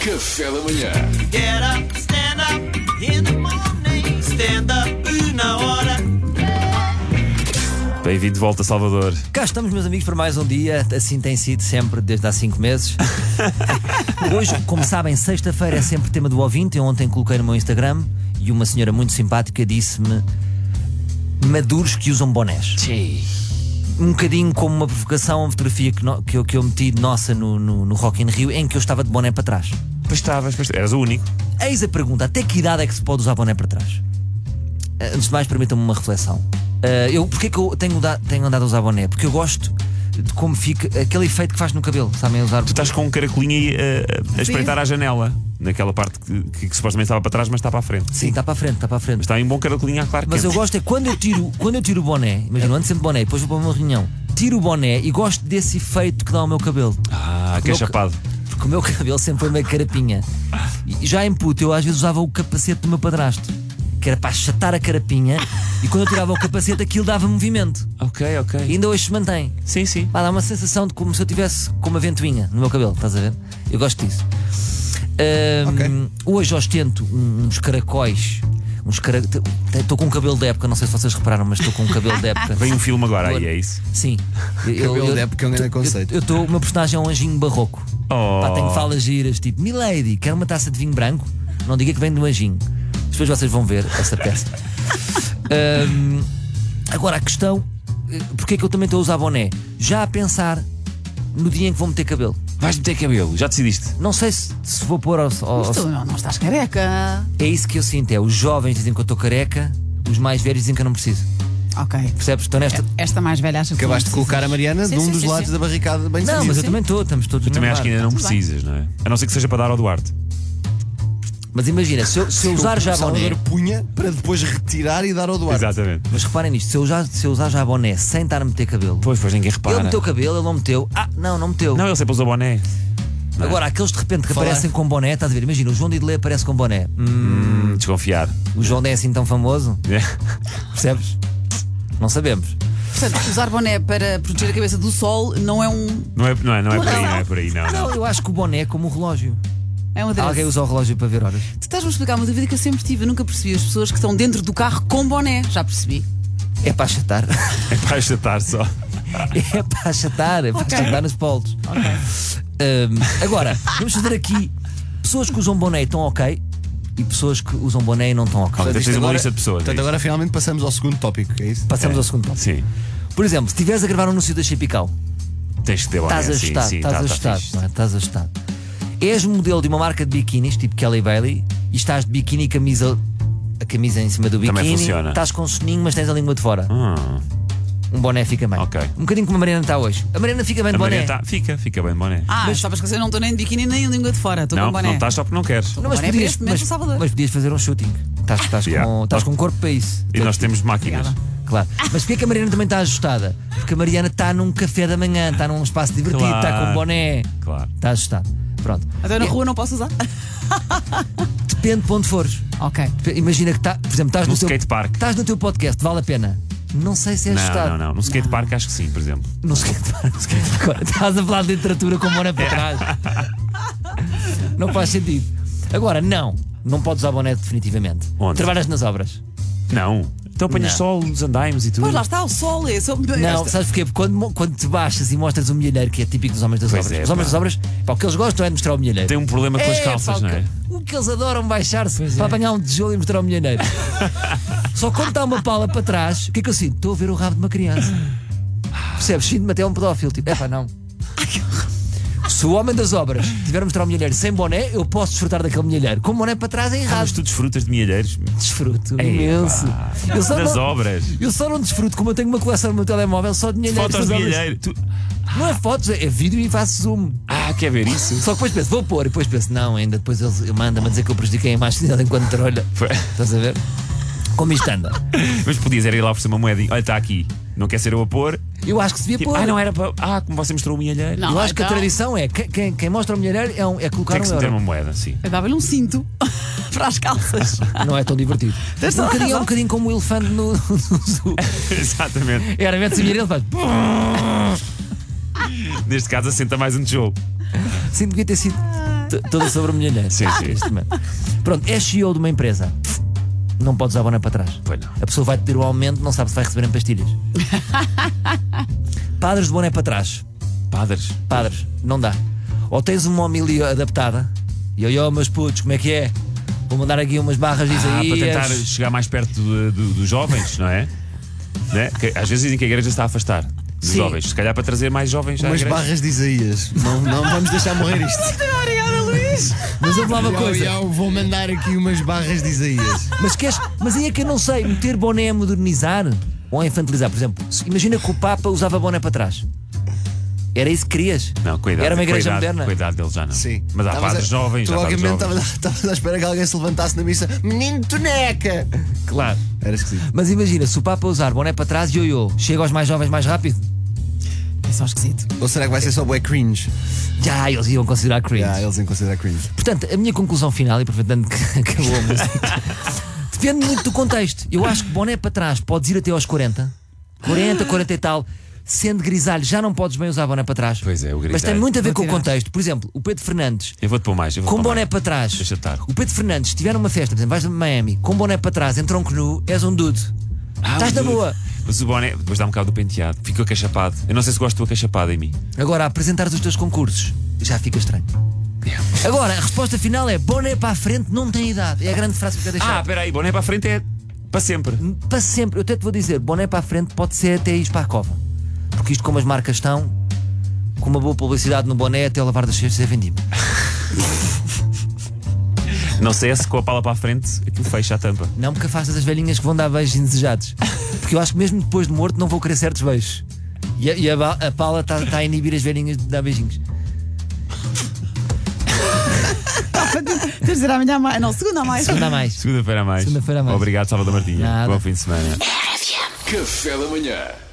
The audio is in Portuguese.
Café da manhã. Get up, stand up in the morning. Stand up na hora. Bem-vindo de volta, Salvador. Cá estamos, meus amigos, para mais um dia. Assim tem sido sempre, desde há cinco meses. Hoje, como sabem, sexta-feira é sempre tema do ouvinte. Eu ontem coloquei no meu Instagram e uma senhora muito simpática disse-me: maduros que usam bonés. Um bocadinho como uma provocação, uma fotografia que, no- que eu, que eu meti nossa no, no, no Rock in Rio, em que eu estava de boné para trás. Pois estavas, pois eras o único. Eis a pergunta: até que idade é que se pode usar boné para trás? Eh, Antes de mais, permitam-me uma reflexão. Eh, eu, porquê que eu tenho, da- tenho andado a usar boné? Porque eu gosto de como fica aquele efeito que faz no cabelo, sabem? Usar Tu estás com um caracolinho a, a espreitar à janela, naquela parte que, que- que supostamente estava para trás, mas está para a frente. Sim, está tá para a frente, está para a frente. Está aí um bom caracolinho à claro Mas quente. eu gosto é quando eu tiro, quando eu tiro o boné, imagina, eu ando sempre de boné, depois vou para uma reunião, tiro o boné e gosto desse efeito que dá ao meu cabelo. Ah, que é Meu ca- chapado. Porque o meu cabelo sempre foi meio carapinha. E já em puto, eu às vezes usava o capacete do meu padrasto, que era para achatar a carapinha, e quando eu tirava o capacete aquilo dava movimento. Ok, E ok. ainda hoje se mantém. Sim, sim. Pá, dá uma sensação de como se eu tivesse com uma ventoinha no meu cabelo, estás a ver? Eu gosto disso. Ahm, Hoje ostento um- uns caracóis. Uns cara... Estou com um cabelo da época, não sei se vocês repararam, mas estou com um cabelo da época. Vem um filme agora aí, é isso. Sim. Eu- Cabelo eu- da época é um grande conceito. Eu estou. O meu personagem é um anjinho barroco. Oh. Pá, tenho falas giras, tipo, Milady, quer uma taça de vinho branco? Não diga que vem do anjinho. Depois vocês vão ver essa peça. Ahm, agora a questão: eh, porque é que eu também estou a usar boné? Já a pensar no dia em que vou meter cabelo. Vais meter cabelo, já decidiste. Não sei se, se vou pôr ao, ao- Mas tu não, não estás careca. É isso que eu sinto: é os jovens dizem que eu estou careca, os mais velhos dizem que eu não preciso. Ok. Percebes? Estou nesta. É. Esta mais velha acha que. Acabaste de não colocar a Mariana Sim, de um sim, dos sim, lados sim. da barricada bem Não, sucedido. mas eu também estou, estamos todos Eu também acho que ainda não tudo bem. precisas, não é? A não ser que seja para dar ao Duarte. Mas imagina, se eu, se eu usar já Só boné. dar punha para depois retirar e dar ao Duarte. Exatamente. Mas reparem nisto, se eu, já, se eu usar já boné sem estar a meter cabelo, Pois, pois ninguém ele repara. meteu cabelo, ele não meteu. Ah, não, não meteu. Não, ele sempre usa boné. Agora, aqueles de repente que Falar. aparecem com boné, estás a ver? Imagina, o João Didelé aparece com boné. Hum, Hum, desconfiar. o João não é assim tão famoso, percebes? Não sabemos. Portanto, usar boné para proteger a cabeça do sol não é um. Não é, não é, não é por aí, não é por aí, não. não. Não, eu acho que o boné é como o relógio. É um adereço. Alguém usa o relógio para ver horas. Tu estás-me a explicar uma dúvida que eu sempre tive. Eu nunca percebi as pessoas que estão dentro do carro com boné. Já percebi. É para achatar. É para achatar só. É para achatar, é para Ok. achatar nos polos. Hum, agora, vamos fazer aqui pessoas que usam boné e estão ok e pessoas que usam boné e não estão ok. Ok. Portanto, Tens isto uma agora- lista de pessoas, é Portanto, isto? agora finalmente passamos ao segundo tópico, é isso? Passamos ao segundo ponto. Sim. Por exemplo, se estiveres a gravar um anúncio da Chapical, Tens que ter boné. Estás sim, ajustado, sim, estás tá- tá ajustado, fixe. não é? Estás ajustado. És modelo de uma marca de biquinis, tipo Kelly Bailey, e estás de biquíni e camisa. A camisa em cima do Também biquíni. funciona. Estás com soninho, mas tens a língua de fora. Hum. Um boné fica bem. Ok. Um bocadinho como a Mariana está hoje. A Mariana fica bem A de boné. Maria tá- fica, fica bem de boné. Ah, mas estavas a esquecer, não estou nem de biquíni nem em língua de fora. Estou não, com boné. não estás só porque não queres. Não, mas, Boné para podias, este momento, mas- Salvador. mas podias fazer um shooting. Estás, estás Ah, Yeah. com, estás com um corpo para isso. E nós temos máquinas. Claro. Mas porquê é que a Mariana também está ajustada? Porque a Mariana está num café da manhã, está num espaço divertido, Claro. está com um boné. Claro. Está ajustado. Pronto. Até na rua não posso usar. Depende de onde fores. Ok. Imagina que tá, por exemplo, estás Num no, teu, skatepark. estás no teu podcast, vale a pena. Não sei se é Não, ajustado. não, não. No skatepark acho que sim, por exemplo. Num skatepark. Agora estás a falar de literatura com o boné para trás. não faz sentido. Agora, não. Não podes usar boné definitivamente. Onde? Trabalhas nas obras. Não. Então apanhas Não. sol nos andaimes e tudo. Pois lá está, o sol é só. Não, sabes porquê? Porque quando, mo- quando te baixas e mostras o milheiro, que é típico dos homens das Pois obras, é, os homens pá. das obras, pá, o que eles gostam é de mostrar o milheiro. Tem um problema com as É, calças, pá, não é? O que eles adoram baixar-se para apanhar um tijolo e mostrar o milheiro. Só quando está uma pala para trás, o que é que eu sinto? Estou a ver o rabo de uma criança. Percebes? Sinto-me até um pedófilo. Tipo, epá, não. Se o homem das obras tiver a mostrar o milheiro sem boné, eu posso desfrutar daquele milheiro. Com boné para trás é errado. É, Mas tu desfrutas de milheiros Desfruto Ei, imenso. pá. Eu só, das não, obras. eu só não desfruto, como eu tenho uma coleção no meu telemóvel só de milheiros. Fotos de das obras. milheiro. Tu- Não é fotos, é é vídeo e faço zoom. Ah, quer ver isso? Só que depois penso, vou pôr, e depois penso, não, ainda depois ele manda-me a dizer que eu prejudiquei a imagem dele enquanto trolha. Foi. Estás a ver? Como isto anda? Mas podias era ir lá por cima uma moedinha. Olha, está aqui. Não quer ser eu a pôr? Eu acho que se devia Tipo, pôr. ah, não era para. Ah, como você mostrou o milheiro. é- Não. Eu acho que a então- tradição é que- quem, quem mostra o milheiro é, um- é colocar Tem que um se meter euro. uma moeda, sim. Eu dava-lhe um cinto para as calças. um- Não é tão divertido. Tens um toda a bocadinho, é um razão. bocadinho como o elefante no, no zoo. Exatamente. Era mete-se o milheiro ele faz. "Pum". Neste caso, assenta mais um tijolo. Sim, devia ter sido. T- Toda sobre o milheiro. Sim, sim. Neste momento. Pronto, é CEO de uma empresa. Não podes usar a bona para trás. Pois não. A pessoa vai ter o aumento, não sabe se vai receber em pastilhas. Padres de boné para trás. Padres. Padres, não dá. Ou tens uma homilia adaptada. E eu, eu, meus putos, como é que é? Vou mandar aqui umas barras de Ah, para Isaías. tentar chegar mais perto de- de- dos jovens, não é? Né? Que às vezes dizem que a igreja está a afastar dos Sim. jovens. Se calhar para trazer mais jovens à Umas igreja. barras de Isaías. Não, não vamos deixar morrer isto. Obrigada, Luís. Mas eu falava Iau, coisa. iau, vou mandar aqui umas barras de Isaías. Mas, queres, mas aí é que eu não sei, meter boné a modernizar ou a infantilizar. Por exemplo, se- imagina que o Papa usava boné para trás. Era isso que querias. Não, cuidado. Era uma igreja cuidado, moderna. Cuidado dele já não. Sim. Mas há Estavas padres a- jovens, Tu há padres obviamente jovens. estavas estavas à espera que alguém se levantasse na missa. Menino Toneca! Claro. Era esquisito. Mas imagina, se o Papa usar boné para trás, ioiô, chega aos mais jovens mais rápido. É só esquisito. Ou será que vai ser só bué cringe? Já, eles iam considerar cringe. Ah, eles iam considerar cringe. Portanto, a minha conclusão final, e aproveitando que acabou a música, depende muito do contexto. Eu acho que boné para trás podes ir até aos 40, 40, 40 e tal. Sendo grisalho, já não podes bem usar boné para trás. Pois é, o grisalho. Mas tem muito a ver Vou com o tirar. contexto. Por exemplo, o Pedro Fernandes, Eu vou-te pôr mais. Eu vou com boné para trás. Deixa estar. O Pedro Fernandes, se tiver numa festa, por exemplo, vais a Miami, com boné para trás, em tronco nu, és um dude. Estás um na boa. Ah, Mas o boné, depois dá um bocado do penteado. Fica com a chapada. Eu não sei se gosto da chapada em mim. Agora, a apresentares os teus concursos, já fica estranho. Agora, a resposta final é boné para a frente não tem idade. É a grande frase que eu quero Ah, deixar. espera aí, boné para a frente é para sempre. Para sempre, eu até te vou dizer, boné para a frente pode ser até ir para a cova. Porque isto, como as marcas estão, com uma boa publicidade no boné, até o lavar das cestas é vendido. Não sei é se com a pala para a frente aquilo fecha a tampa. Não me afastas as velhinhas que vão dar beijos indesejados. Porque eu acho que mesmo depois de morto não vou querer certos beijos. E a, e a ba- a pala está a inibir as velhinhas de dar beijinhos. Tens de dizer amanhã mais. Não, segunda mais. Segunda a mais. Segunda-feira a mais. Segunda-feira a mais. Obrigado, Salvador Martinha. Nada. Bom fim de semana. Café da manhã.